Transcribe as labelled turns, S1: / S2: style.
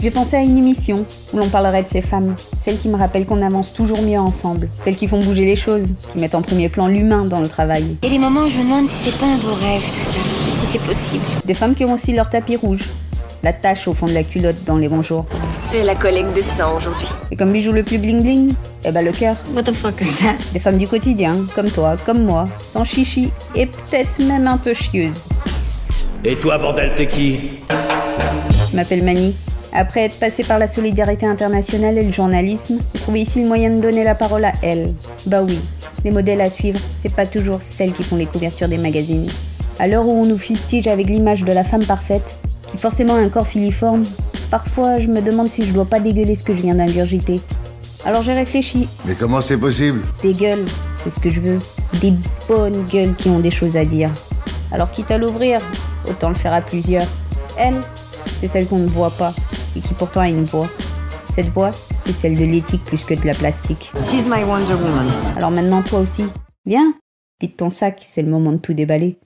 S1: J'ai pensé à une émission où l'on parlerait de ces femmes, celles qui me rappellent qu'on avance toujours mieux ensemble, celles qui font bouger les choses, qui mettent en premier plan l'humain dans le travail.
S2: Il y a des moments où je me demande si c'est pas un beau rêve tout ça, si c'est possible.
S1: Des femmes qui ont aussi leur tapis rouge, la tache au fond de la culotte dans les bons jours.
S3: C'est la collecte de sang aujourd'hui.
S1: Et comme bijou le plus bling bling, eh ben le cœur.
S2: What the fuck is that
S1: Des femmes du quotidien, comme toi, comme moi, sans chichi et peut-être même un peu chieuse.
S4: Et toi, bordel, t'es qui
S1: Je m'appelle Mani. Après être passée par la solidarité internationale et le journalisme, j'ai trouvé ici le moyen de donner la parole à elles. Bah oui, les modèles à suivre, c'est pas toujours celles qui font les couvertures des magazines. À l'heure où on nous fustige avec l'image de la femme parfaite, qui forcément a un corps filiforme, parfois je me demande si je dois pas dégueuler ce que je viens d'ingurgiter. Alors j'ai réfléchi.
S5: Mais comment c'est possible
S1: Des gueules, c'est ce que je veux. Des bonnes gueules qui ont des choses à dire. Alors quitte à l'ouvrir, autant le faire à plusieurs. Elle, c'est celle qu'on ne voit pas et qui pourtant a une voix. Cette voix, c'est celle de l'éthique plus que de la plastique.
S3: She's my Wonder Woman.
S1: Alors maintenant, toi aussi, viens, vide ton sac, c'est le moment de tout déballer.